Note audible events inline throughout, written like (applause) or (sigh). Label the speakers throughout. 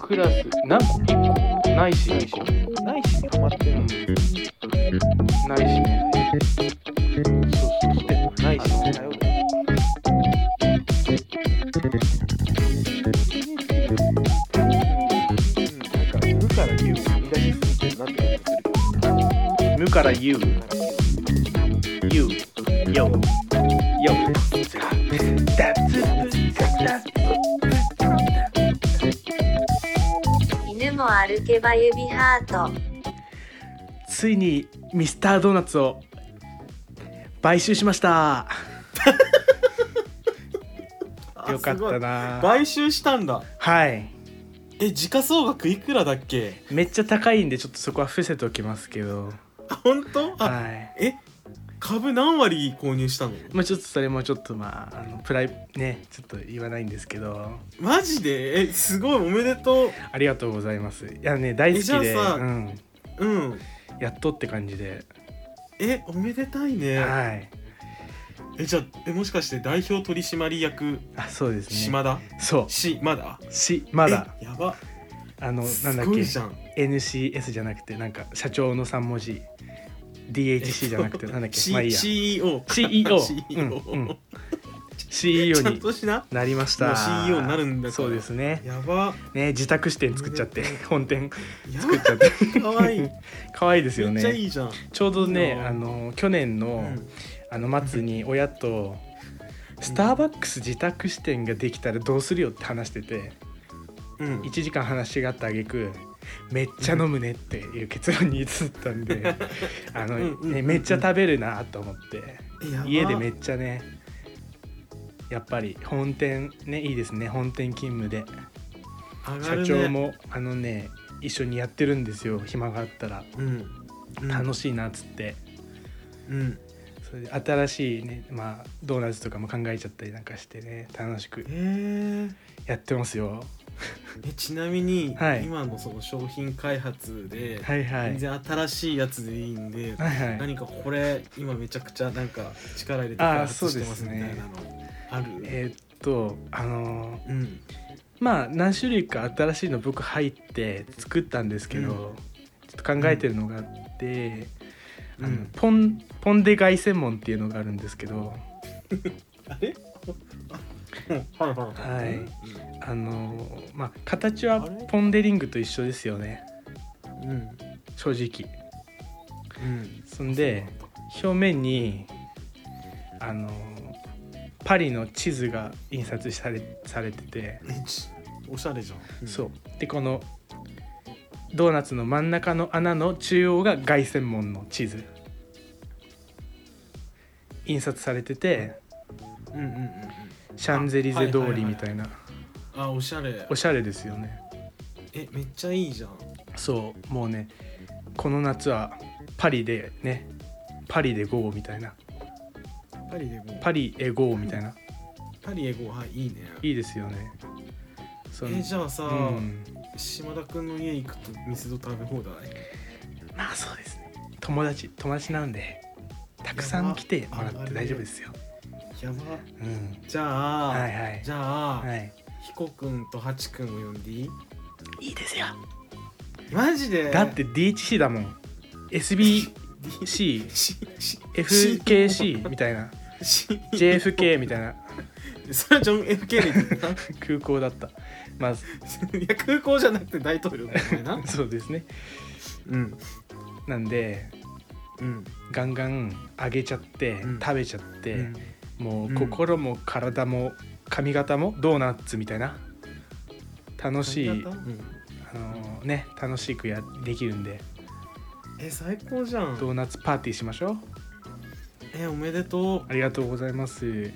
Speaker 1: クラス何個ないし2個
Speaker 2: ないし溜まってるんで
Speaker 1: ないしねそうそうそうないしね
Speaker 2: 頼るうんなんか無から言うみたいにするなって感じする
Speaker 1: 無から You
Speaker 2: けど
Speaker 1: You Yo Yo
Speaker 3: 犬も歩けば指ハート
Speaker 4: ついにミスタードーナツを買収しました (laughs)
Speaker 5: あ
Speaker 4: よかっ
Speaker 5: すご
Speaker 4: た
Speaker 5: い
Speaker 4: な
Speaker 5: 買収したんだ
Speaker 4: はい
Speaker 5: え時価総額いくらだっけ (laughs)
Speaker 4: めっちゃ高いんでちょっとそこは伏せておきますけど
Speaker 5: あ本当あ、
Speaker 4: はい
Speaker 5: え株何割購入したの
Speaker 4: まあちょっとそれもちょっとまああのプライねちょっと言わないんですけど
Speaker 5: マジでえすごいおめでとう
Speaker 4: ありがとうございますいやね大好き
Speaker 5: え
Speaker 4: で、
Speaker 5: じゃあさ
Speaker 4: うん、
Speaker 5: うん
Speaker 4: やっとって感じで、
Speaker 5: えおめでたいね
Speaker 4: はい
Speaker 5: えじゃあえもしかして代表取締役
Speaker 4: あそうですね
Speaker 5: 島田
Speaker 4: そう
Speaker 5: 島田
Speaker 4: しまだ
Speaker 5: えやば
Speaker 4: あの
Speaker 5: す
Speaker 4: なんだっ
Speaker 5: ご
Speaker 4: け
Speaker 5: いじゃん
Speaker 4: NCS じゃなくてなんか社長の3文字 DHC じゃなくてなんだっけ、
Speaker 5: C
Speaker 4: まあいいや
Speaker 5: CEO (laughs)
Speaker 4: CEO,
Speaker 5: CEO
Speaker 4: うんうん CEO
Speaker 5: ちゃん
Speaker 4: に
Speaker 5: としな
Speaker 4: なりました
Speaker 5: もう CEO になるんだから
Speaker 4: そうですね
Speaker 5: やば
Speaker 4: ね自宅支店作っちゃって本店
Speaker 5: や
Speaker 4: (laughs) 作っち
Speaker 5: (laughs)
Speaker 4: ゃって
Speaker 5: ばかわいい
Speaker 4: 可愛いですよ
Speaker 5: めっちゃい
Speaker 4: ね
Speaker 5: いじゃん、
Speaker 4: ちょうどね
Speaker 5: いいな
Speaker 4: あの去年の、
Speaker 5: うん
Speaker 4: あの末に親とスターバックス自宅支店ができたらどうするよって話してて
Speaker 5: うん
Speaker 4: 1時間話し合った挙句めっちゃ飲むねっていう結論に移ったんで (laughs) あの、
Speaker 5: うんうんうん
Speaker 4: ね、めっちゃ食べるなと思って
Speaker 5: やば
Speaker 4: 家でめっちゃねやっぱり本店ねいいですね本店勤務で、
Speaker 5: 上がる
Speaker 4: 社
Speaker 5: ね
Speaker 4: 長もあのね一緒にやってるんですよ暇があったら
Speaker 5: うん、うん、
Speaker 4: 楽しいなっつって、
Speaker 5: うん
Speaker 4: それで新しいねまあドーナツとかも考えちゃったりなんかしてね楽しく
Speaker 5: えー、
Speaker 4: やってますよ
Speaker 5: えちなみに、
Speaker 4: はい
Speaker 5: 今のその商品開発で、
Speaker 4: はいはい
Speaker 5: 全然新しいやつでいいんで、
Speaker 4: はいはい
Speaker 5: 何かこれ今めちゃくちゃなんか力入れて
Speaker 4: あー
Speaker 5: 開発してます
Speaker 4: そう
Speaker 5: み
Speaker 4: ですね
Speaker 5: たいなのある、
Speaker 4: えーっとあのー
Speaker 5: うん
Speaker 4: まあ何種類か新しいの僕入って作ったんですけど、
Speaker 5: うん
Speaker 4: ちょっと考えてるのがあって、
Speaker 5: うん
Speaker 4: あのポンポンデ凱旋門っていうのがあるんですけど
Speaker 5: あれあはいはい
Speaker 4: はい
Speaker 5: うん
Speaker 4: あのまあ形は
Speaker 5: あれ
Speaker 4: ポン・デ・リングと一緒ですよね
Speaker 5: うん
Speaker 4: 正直
Speaker 5: うん
Speaker 4: そんで表面にあのパリの地図が印刷されされてて、
Speaker 5: えちおしゃれじゃん、ん
Speaker 4: そうでこのドーナツの真ん中の穴の中央が凱旋門の地図印刷されてて
Speaker 5: うんうんうんうん
Speaker 4: シャンゼリゼ通りみたいな
Speaker 5: あおしゃれ
Speaker 4: おしゃれですよね
Speaker 5: えめっちゃいいじゃん
Speaker 4: そうもうねこの夏はパリでねパリで GO みたいな
Speaker 5: パリでも
Speaker 4: パリへ GO みたいな
Speaker 5: パリエゴはいいね
Speaker 4: いいですよねその
Speaker 5: えじゃあさ、
Speaker 4: うん
Speaker 5: 島田君の家行くとミスド食べ放題
Speaker 4: まあそうですね友達友達なんでたくさん来てもらって大丈夫ですよ、
Speaker 5: やば
Speaker 4: うん、
Speaker 5: じゃあ、
Speaker 4: はいはい
Speaker 5: じゃあ、
Speaker 4: はい
Speaker 5: ヒコ君とハチ君を呼んでいい
Speaker 4: いいですよ
Speaker 5: マジで
Speaker 4: だって DHC だもん SBCFKC (laughs)
Speaker 5: しし
Speaker 4: みたいな
Speaker 5: し
Speaker 4: (laughs) JFK みたいな
Speaker 5: それはジョン・ F ・ケネディだな
Speaker 4: 空港だったまあ
Speaker 5: (laughs) いや空港じゃなくて大統領だよお前な
Speaker 4: そうですね
Speaker 5: うん
Speaker 4: なんで
Speaker 5: うん
Speaker 4: ガンガン揚げちゃって、
Speaker 5: うん
Speaker 4: 食べちゃって、
Speaker 5: うん
Speaker 4: もううん心も体も髪型もドーナツみたいな楽しい
Speaker 5: 髪型うん
Speaker 4: あのーね楽しくやできるんで
Speaker 5: え最高じゃ
Speaker 4: ド
Speaker 5: ん
Speaker 4: ーナツパーティーしましょう
Speaker 5: えおめでとう
Speaker 4: ありがとうございます
Speaker 5: え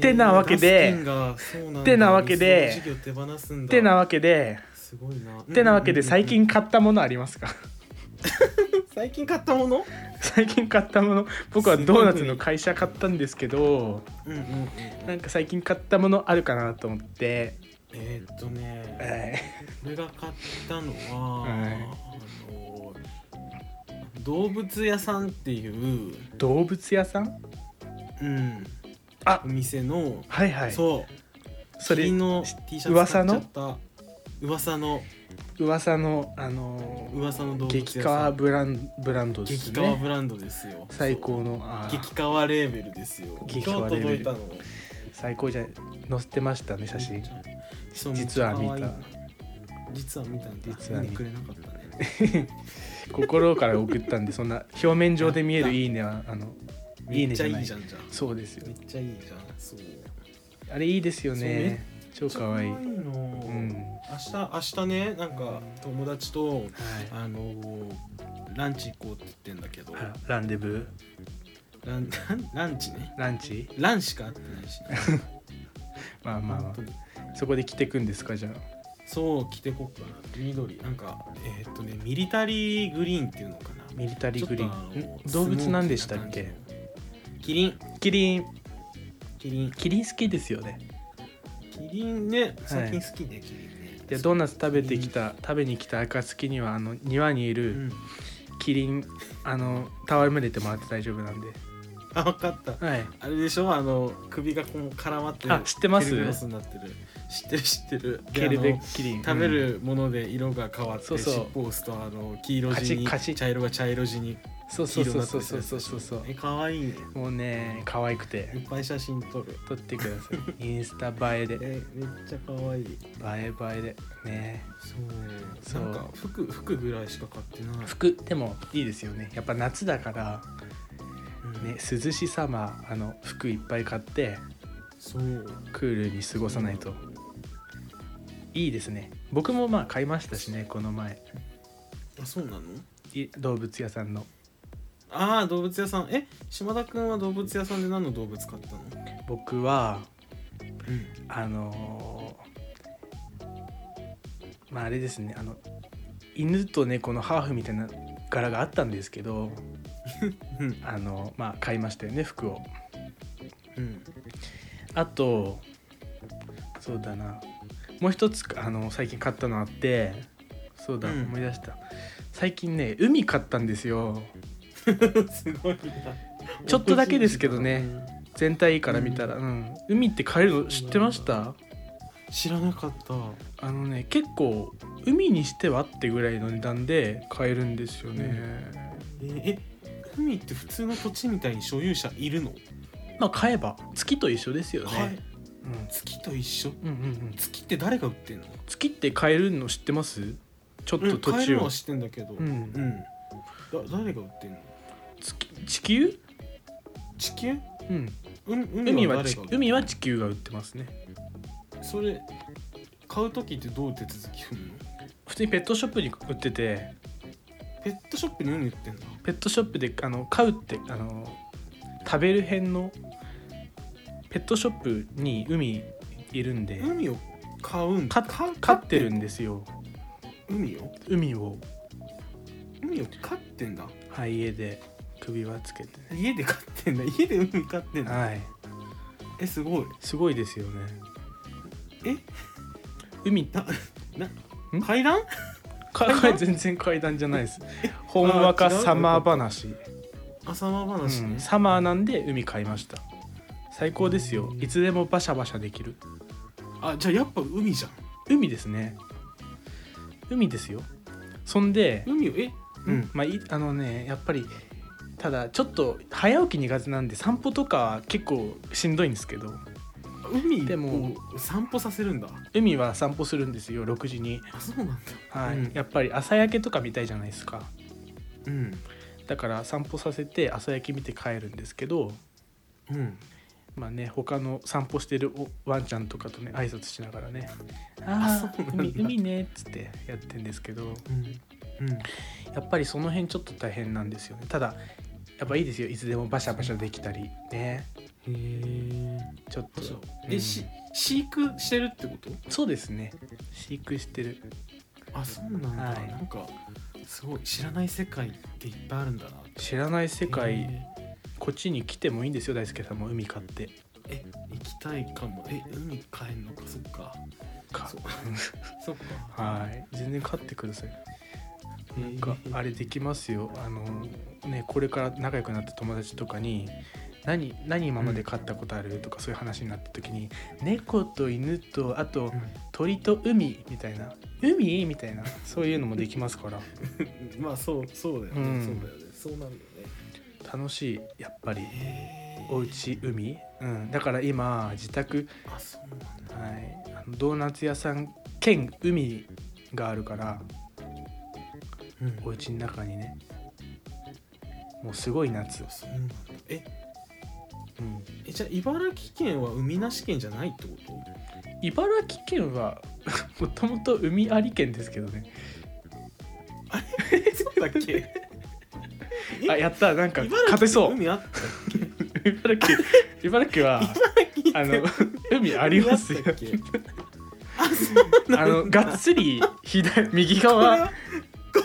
Speaker 4: て
Speaker 5: ー
Speaker 4: なわけで
Speaker 5: ダスキンがそうなんだ
Speaker 4: てなわけで
Speaker 5: ミスドの事業手放すんだ
Speaker 4: てなわけです
Speaker 5: ごいな
Speaker 4: てなわけで
Speaker 5: うんうんうん
Speaker 4: 最近買ったものありますか (laughs)
Speaker 5: 最近買ったもの
Speaker 4: 最近買ったもの僕はドーナツの会社買ったんですけど
Speaker 5: うんうんうん
Speaker 4: なんか最近買ったものあるかなと思って、
Speaker 5: えーっとね
Speaker 4: え
Speaker 5: 俺が買ったのは、
Speaker 4: は
Speaker 5: あの動物屋さんっていう、
Speaker 4: ー動物屋さん
Speaker 5: うん、
Speaker 4: あ
Speaker 5: お店の、
Speaker 4: はいはい
Speaker 5: そう
Speaker 4: それ
Speaker 5: キリンの
Speaker 4: し
Speaker 5: T シャツ買
Speaker 4: 噂
Speaker 5: っちゃ
Speaker 4: の
Speaker 5: った噂の
Speaker 4: 噂のあの
Speaker 5: 噂の動物屋
Speaker 4: 激
Speaker 5: さ
Speaker 4: 川
Speaker 5: ん
Speaker 4: ブランブランドです
Speaker 5: 激川
Speaker 4: ね
Speaker 5: ブランドですよ
Speaker 4: 最高のあー
Speaker 5: 激川レーベルですよ今
Speaker 4: 激
Speaker 5: 日
Speaker 4: 川レーベ
Speaker 5: 届
Speaker 4: ル
Speaker 5: いたの
Speaker 4: 最高じゃ載せてましたね写真
Speaker 5: そう
Speaker 4: 実は見
Speaker 5: めっち
Speaker 4: た
Speaker 5: ゃ可愛い実は見たんだ
Speaker 4: 実は見
Speaker 5: 見
Speaker 4: た
Speaker 5: てくれなかったね
Speaker 4: 心から送ったんでそんな表面上で見える「いいねは」あのい
Speaker 5: め
Speaker 4: (laughs) い
Speaker 5: っ
Speaker 4: ね
Speaker 5: ち
Speaker 4: じ
Speaker 5: ゃ
Speaker 4: ゃ
Speaker 5: い
Speaker 4: ないい
Speaker 5: じゃんじゃん
Speaker 4: そうですよ
Speaker 5: めっちゃいいじゃんそう
Speaker 4: あれいいですよね超かわいい
Speaker 5: めっちゃ可愛の
Speaker 4: うん
Speaker 5: 明日明日ねなんか友達と
Speaker 4: は
Speaker 5: あのーランチ行こうって言ってんだけど
Speaker 4: いあランデブ
Speaker 5: ラン (laughs) ランチね
Speaker 4: ーランチ
Speaker 5: ランしか会ってな
Speaker 4: (laughs)
Speaker 5: いし、
Speaker 4: まあまあま
Speaker 5: 本当に
Speaker 4: あそこで着てくんですかじゃ
Speaker 5: そう着てこっかな緑なんかえーっとねミリタリーグリーンっていうのかな
Speaker 4: あミリタリーグリ
Speaker 5: ちょっとあ
Speaker 4: ー
Speaker 5: の
Speaker 4: ンん動物なんでしたっ
Speaker 5: スモ
Speaker 4: け
Speaker 5: ーキーな感じのキリン
Speaker 4: キリン
Speaker 5: キリン
Speaker 4: キリン好きですよね
Speaker 5: キリンね最近好きね、キリンね
Speaker 4: でドーナツ食べてきた食べに来た暁にはあの庭にいうる
Speaker 5: ん
Speaker 4: キリンあの戯れてもらって大丈夫なんで
Speaker 5: あ分かった
Speaker 4: はい
Speaker 5: あれでしょあの首がこう絡まって
Speaker 4: あ知ってます
Speaker 5: ケルベロスになってる知ってる知ってるで
Speaker 4: ケル
Speaker 5: あ
Speaker 4: ベ
Speaker 5: の
Speaker 4: キリン
Speaker 5: 食べるもので色が変わって、
Speaker 4: そうそう
Speaker 5: 尻尾を押すとあの黄色地に
Speaker 4: カチカチ
Speaker 5: 茶色が茶色地に
Speaker 4: そうそ
Speaker 5: 黄
Speaker 4: う
Speaker 5: 色に
Speaker 4: そう
Speaker 5: なって
Speaker 4: そう
Speaker 5: る
Speaker 4: そうそうそうそう
Speaker 5: え可愛いね
Speaker 4: もうね可愛く
Speaker 5: いってぱい写真撮る
Speaker 4: 撮ってくださいインスタ映えで映
Speaker 5: えめっちゃ可愛い
Speaker 4: え映えでね
Speaker 5: そ
Speaker 4: そ
Speaker 5: う
Speaker 4: う
Speaker 5: なんか服服ぐらいしか買ってない、
Speaker 4: 服でもいいですよねやっぱ夏だから
Speaker 5: うん
Speaker 4: ね涼しさまあの服いっぱい買って
Speaker 5: そう
Speaker 4: クールに過ごさないといいですね僕もまあ買いましたしねこの前
Speaker 5: あそうなの
Speaker 4: い動物屋さんの
Speaker 5: ああ動物屋さんえ島田君は動物屋さんで何の動物買ったの、
Speaker 4: 僕は
Speaker 5: うん、
Speaker 4: あのーまああれですねあの犬と猫のハーフみたいな柄があったんですけ (laughs) ど
Speaker 5: うん
Speaker 4: あのまあ買いましたよね服を
Speaker 5: うん
Speaker 4: あとそうだなもう一つあの最近買ったのあってそうだ、
Speaker 5: うん
Speaker 4: 思い出した最近ね海買ったんですよ
Speaker 5: (laughs) すごいな。
Speaker 4: ちょっとだけですけどね全体から見たら、うん海って買えるの知ってました
Speaker 5: うん。知らなかった。
Speaker 4: あのね結構海にしてはってぐらいの値段で買えるんですよね、
Speaker 5: えー、え海って普通の土地みたいに所有者いるの？
Speaker 4: まあ買えば月と一緒ですよね、
Speaker 5: はい。
Speaker 4: うん
Speaker 5: 月と一緒？
Speaker 4: うんうんうん、
Speaker 5: 月って誰が売ってんの？
Speaker 4: 月って買えるの知ってますちょっ
Speaker 5: う
Speaker 4: と
Speaker 5: ん、
Speaker 4: 土
Speaker 5: 買え
Speaker 4: 地
Speaker 5: るの
Speaker 4: を、
Speaker 5: は知ってんだけど。
Speaker 4: う
Speaker 5: うんん。だ誰が売ってんの？
Speaker 4: 月地球、
Speaker 5: 地球？
Speaker 4: うん、
Speaker 5: うん
Speaker 4: 海
Speaker 5: 海は
Speaker 4: は
Speaker 5: 誰
Speaker 4: 地
Speaker 5: が売ってんの？
Speaker 4: 海は地球が売ってますね
Speaker 5: それ買う時ってどう手続き踏むの？
Speaker 4: 普通にペットショップに売ってて
Speaker 5: ペットショップに海売ってんだ。
Speaker 4: ペットショップであの買うってあの食べる辺のペットショップに海いるんで
Speaker 5: 海を買うん
Speaker 4: か
Speaker 5: だ。か
Speaker 4: 飼ってるんですよ
Speaker 5: 海を
Speaker 4: 海を
Speaker 5: 海を飼ってんだ。
Speaker 4: はい家で首輪つけてね
Speaker 5: 家で飼ってんだ。家で海飼ってんだ。
Speaker 4: はい
Speaker 5: えすごい。
Speaker 4: すごいですよね
Speaker 5: え
Speaker 4: 海
Speaker 5: 階段 (laughs)
Speaker 4: か
Speaker 5: 階段
Speaker 4: 全然階段じゃないですほんわか
Speaker 5: あ違う
Speaker 4: サマー話
Speaker 5: 浅間話
Speaker 4: う
Speaker 5: ね
Speaker 4: ん、サマーなんで海買いました最高ですよいつでもバシャバシャできる
Speaker 5: あじゃあやっぱ海じゃん
Speaker 4: 海ですね海ですよそんで、
Speaker 5: 海をえうん
Speaker 4: まあ、いあのねやっぱりただちょっと早起き苦手なんで散歩とかは結構しんどいんですけど
Speaker 5: 海
Speaker 4: でも
Speaker 5: を散歩させるんだ
Speaker 4: 海は散歩するんですよ6時に、
Speaker 5: あそうなんだ
Speaker 4: はい
Speaker 5: うん
Speaker 4: やっぱり朝焼けとか見たいじゃないですか
Speaker 5: うん
Speaker 4: だから散歩させて朝焼け見て帰るんですけど
Speaker 5: うん
Speaker 4: まあね他の散歩してるおワンちゃんとかとね挨拶しながらね「ああ
Speaker 5: そうなんだ
Speaker 4: 海海ね」っつってやってんですけど
Speaker 5: うんうん
Speaker 4: やっぱりその辺ちょっと大変なんですよねただやっぱいいですよいつでもバシャバシャできたりね
Speaker 5: へ
Speaker 4: ちょっと
Speaker 5: え
Speaker 4: う
Speaker 5: え
Speaker 4: ん
Speaker 5: し飼育してるってこと
Speaker 4: そうですね飼育してる
Speaker 5: あそうなんだ、
Speaker 4: はい
Speaker 5: なんかすごい知らない世界っていっぱいあるんだな
Speaker 4: 知らない世
Speaker 5: へ
Speaker 4: 界こっちに来てもいいんですよ大輔さんも海買って
Speaker 5: ええ行きたいかもえ海帰んのかそっか
Speaker 4: か
Speaker 5: そうそっ
Speaker 4: (laughs)
Speaker 5: か
Speaker 4: はい全然買ってくださいなん
Speaker 5: へ
Speaker 4: か
Speaker 5: え
Speaker 4: あれできますよあのねこれから仲良くなった友達とかに何何今まで飼ったことあるとかそういう話になった時に猫と犬とあと鳥と海みたいな海みたいなそういうのもできますから
Speaker 5: うんまあそうそうだよね、
Speaker 4: うん
Speaker 5: そうだよねそうなるよね
Speaker 4: 楽しいやっぱり
Speaker 5: え
Speaker 4: おうち海、うん、だから今自宅、
Speaker 5: あそうなんだ
Speaker 4: はい、あのドーナツ屋さん兼海があるから
Speaker 5: うん
Speaker 4: お家の中にねもうすごい夏、
Speaker 5: そうなんだえ
Speaker 4: うん、
Speaker 5: えじゃあ茨城県は海なし県じゃないってこと
Speaker 4: 茨城県は (laughs) もともと海あり県ですけどね
Speaker 5: えそうだっ (laughs) け
Speaker 4: あやったなんか
Speaker 5: 茨
Speaker 4: 勝て
Speaker 5: 城
Speaker 4: そう
Speaker 5: 海あっ
Speaker 4: 茨城茨城はあの海ありますよ
Speaker 5: 海あったっけ
Speaker 4: あのがっつり左右側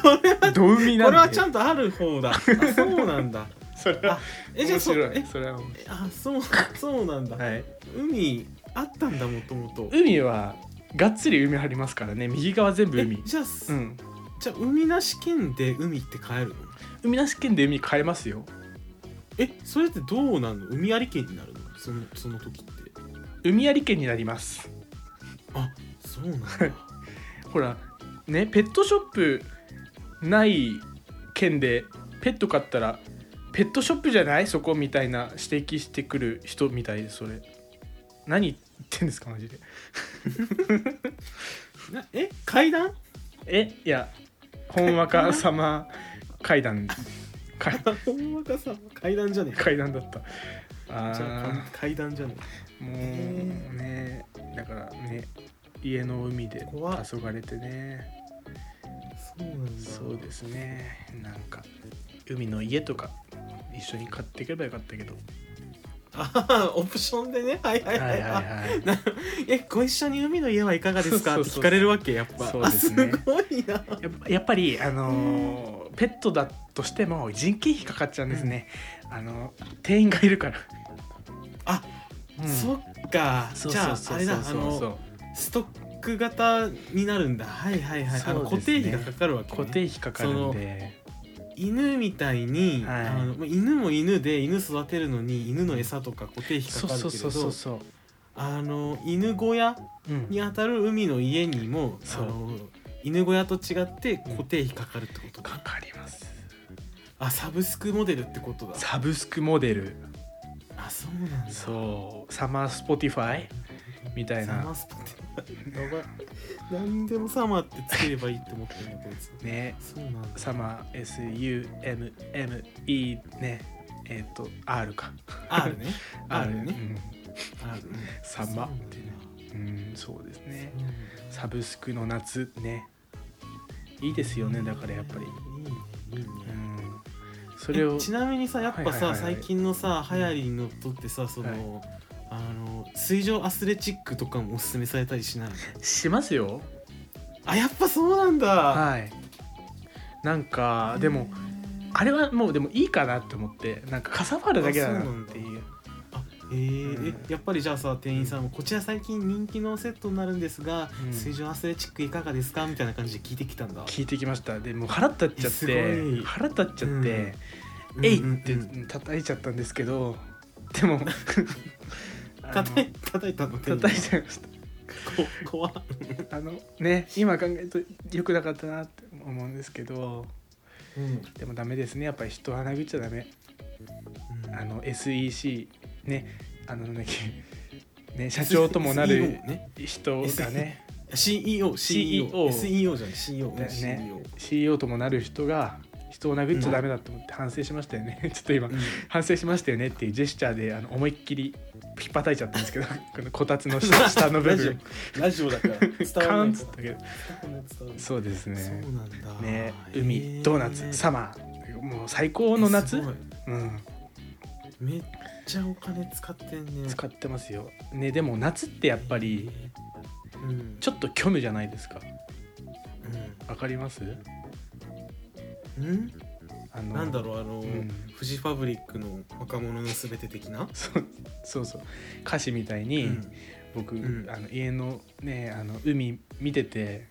Speaker 5: これは
Speaker 4: ど海
Speaker 5: これ
Speaker 4: な
Speaker 5: は
Speaker 4: ん
Speaker 5: ち
Speaker 4: で
Speaker 5: ゃんとある方だあそうなんだ
Speaker 4: それは
Speaker 5: えじ
Speaker 4: 面
Speaker 5: ゃあそう
Speaker 4: 白い
Speaker 5: え
Speaker 4: それは
Speaker 5: えあそうそうなんだ、
Speaker 4: はい
Speaker 5: 海あったんだもともと
Speaker 4: 海はがっつり海ありますからね右側全部海
Speaker 5: じゃあ、
Speaker 4: うん
Speaker 5: じゃあ海なし県で海って帰るの
Speaker 4: 海なし県で海変えますよ
Speaker 5: えそれってどうなんの海あり県になるのそのその時って
Speaker 4: 海あり県になります
Speaker 5: あそう (laughs) なんだ
Speaker 4: ほらねペットショップない県でペット飼ったらペットショップじゃないそこみたいな指摘してくる人みたいですそれ何言ってんですかマジで
Speaker 5: なえ階段 (laughs)
Speaker 4: えいや本若様 (laughs) 階段か
Speaker 5: あほんまかさ階段じゃねえか
Speaker 4: 階段だったあ
Speaker 5: じゃあ
Speaker 4: あ
Speaker 5: 階段じゃね
Speaker 4: もうねだからね家の海で黄
Speaker 5: 怖っ
Speaker 4: 昏れてね
Speaker 5: えそうなんだ
Speaker 4: そうですねなんか海の家とか一緒に買っていけばよかったけど
Speaker 5: あははオプションでねはいは
Speaker 4: はい
Speaker 5: い
Speaker 4: は
Speaker 5: はいい、はい、
Speaker 4: はい
Speaker 5: えご一緒に海の家はいかがですか
Speaker 4: そ
Speaker 5: っ
Speaker 4: う
Speaker 5: て
Speaker 4: そうそう
Speaker 5: 聞かれるわけやっぱ
Speaker 4: そうですね
Speaker 5: あすごいな
Speaker 4: やっぱやっぱりあのーペットだとしても人件費かかっちゃうんですね、あの店員がいるから
Speaker 5: あ、
Speaker 4: うん
Speaker 5: そっか
Speaker 4: そう
Speaker 5: じゃあ
Speaker 4: そうそ
Speaker 5: あ
Speaker 4: う
Speaker 5: れだ
Speaker 4: そう
Speaker 5: あ
Speaker 4: そうそう
Speaker 5: のストック型になるんだはいはいはい、あ
Speaker 4: そ
Speaker 5: の
Speaker 4: う
Speaker 5: 固
Speaker 4: ですね
Speaker 5: 定費がかかるわけ、ね、
Speaker 4: 固定費かかるんで
Speaker 5: 犬みたいに、
Speaker 4: はい
Speaker 5: あのまあ犬も犬で犬育てるのに犬の餌とか固定費か
Speaker 4: そう
Speaker 5: かる
Speaker 4: そう
Speaker 5: けれ
Speaker 4: そうそう
Speaker 5: ど
Speaker 4: そ
Speaker 5: あの犬小屋
Speaker 4: う、うん、
Speaker 5: にあたる海の家にもあ
Speaker 4: そう
Speaker 5: の犬小屋と違って固定費かかるってこと
Speaker 4: か
Speaker 5: か、
Speaker 4: かります
Speaker 5: あサブスクモデルってことだ
Speaker 4: サブスクモデル
Speaker 5: あそうなんだ
Speaker 4: そうサマースポティファイみたい
Speaker 5: サマ
Speaker 4: な
Speaker 5: ースポってやばい何でもサマーってつければいいって思ってるのこいつ
Speaker 4: ね
Speaker 5: そうなんだ
Speaker 4: サマー SUMME ねえっ、と R か (laughs)
Speaker 5: R ね R ね
Speaker 4: ね
Speaker 5: R ね
Speaker 4: サマってねうんそうですねサブスクの夏ねいいですよねだからやっぱり
Speaker 5: いいねいいね
Speaker 4: うんそれを
Speaker 5: えちなみにさやっぱさ、
Speaker 4: はいはいはいはい
Speaker 5: 最近のさ流行りにのっとってさその、あの水上アスレチックとかもおすすめされたりしないの
Speaker 4: しますよ
Speaker 5: あやっぱそうなんだ、
Speaker 4: はいなんかでもあれはもうでもいいかなって思ってなんかかさばるだけだなっていう
Speaker 5: あえー
Speaker 4: うん
Speaker 5: えやっぱりじゃあさ店員さんもこちら最近人気のセットになるんですが、
Speaker 4: うん
Speaker 5: 水上アスレチックいかがですかみたいな感じで聞いてきたんだ、
Speaker 4: 聞いてきましたでもう腹立っちゃっ
Speaker 5: えすご
Speaker 4: て
Speaker 5: い
Speaker 4: 腹立っちゃ
Speaker 5: う
Speaker 4: っ
Speaker 5: ん
Speaker 4: て、えいっ
Speaker 5: うん
Speaker 4: て
Speaker 5: うんうん
Speaker 4: 叩いちゃったんですけどでもあの
Speaker 5: (laughs) 叩い叩いたの
Speaker 4: 叩いちゃいました
Speaker 5: こ怖っ
Speaker 4: あのね今考えると良くなかったなって思うんですけど
Speaker 5: うん
Speaker 4: でもダメですねやっぱり人を鼻ぐっちゃダメあの SEC ねあのなんだっけね社長ともな
Speaker 5: CEO
Speaker 4: る
Speaker 5: ね
Speaker 4: 人がね
Speaker 5: CEO
Speaker 4: CEO
Speaker 5: CEO SEO じゃない CEO
Speaker 4: だよね
Speaker 5: CEO
Speaker 4: CEO ともなる人が人を殴っちゃダメだと思って反省しましたよね、 (laughs) ちょっと今
Speaker 5: うん
Speaker 4: 反省しましたよねっていうジェスチャーであの思いっきりひっぱたいちゃったんですけどこのこたつの下下の部分
Speaker 5: ラジオだから伝
Speaker 4: カ
Speaker 5: わら
Speaker 4: ー
Speaker 5: な
Speaker 4: ン
Speaker 5: い
Speaker 4: っつったけど
Speaker 5: そう
Speaker 4: そうですね
Speaker 5: なんだ
Speaker 4: ね海ドーナツサ
Speaker 5: マ
Speaker 4: マーもう最高の夏、うん、
Speaker 5: めっちゃお金使ってんね
Speaker 4: 使ってますよ、ね、でも夏ってやっぱり
Speaker 5: うん
Speaker 4: ちょっと虚無じゃないですかわかります
Speaker 5: うんうん
Speaker 4: あの
Speaker 5: なんだろうあの
Speaker 4: ん
Speaker 5: フジファブリックの若者のすべて的な
Speaker 4: そうそうそう歌詞みたいに、
Speaker 5: うん
Speaker 4: 僕、
Speaker 5: うん
Speaker 4: あの家のねあの海見てて、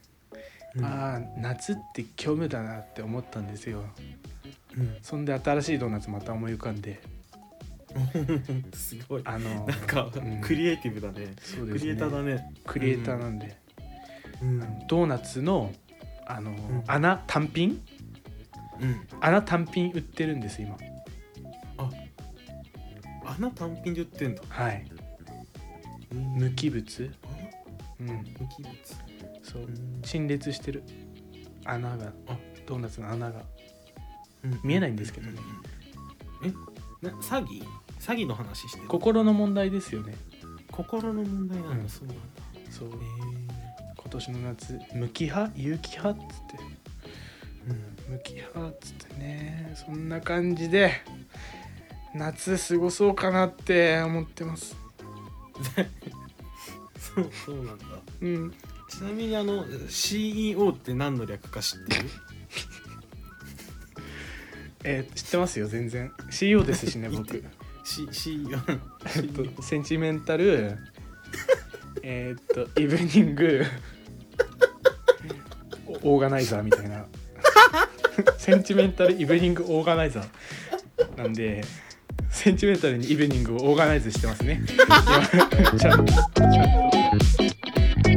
Speaker 5: うん
Speaker 4: ああ夏って虚無だなって思ったんですよ
Speaker 5: うん (laughs)
Speaker 4: そんで新しいドーナツまた思い浮かんで
Speaker 5: すごい
Speaker 4: あの
Speaker 5: なんか、
Speaker 4: うん
Speaker 5: クリエイティブだね
Speaker 4: そう
Speaker 5: ク
Speaker 4: ですね
Speaker 5: リエイターだね
Speaker 4: クリエイターなんで、
Speaker 5: うん
Speaker 4: あのドーナツのあの、
Speaker 5: ん
Speaker 4: 穴単品
Speaker 5: うん
Speaker 4: 穴単品売ってるんです今
Speaker 5: 穴単品で売ってんだ
Speaker 4: はい
Speaker 5: 抜
Speaker 4: 無機物うん
Speaker 5: 抜き物
Speaker 4: そううん陳列してる穴が
Speaker 5: あ
Speaker 4: ドーナツの穴が
Speaker 5: うん
Speaker 4: 見えないんですけどね
Speaker 5: うんえな詐欺詐欺の話してる
Speaker 4: 心の問題ですよね
Speaker 5: 心の問題なんだ、
Speaker 4: うん
Speaker 5: そうなんだ
Speaker 4: そう
Speaker 5: え
Speaker 4: 今年の夏無機派有機派っつって
Speaker 5: えうん
Speaker 4: 無機派っつってねそんな感じで夏過ごそうかなって思ってます
Speaker 5: そう (laughs) そうなんだ
Speaker 4: うん
Speaker 5: ちなみにあの CEO って何の略か知ってる
Speaker 4: えー知ってますよ全然 CEO ですしね僕
Speaker 5: C CEO
Speaker 4: えっとセンチメンタル (laughs) えーっとイブニングおオーガナイザーみたいな (laughs) センチメンタルイブニングオーガナイザーなんでセンチメンタルにイブニングをオーガナイズしてますねちゃんとちゃんと。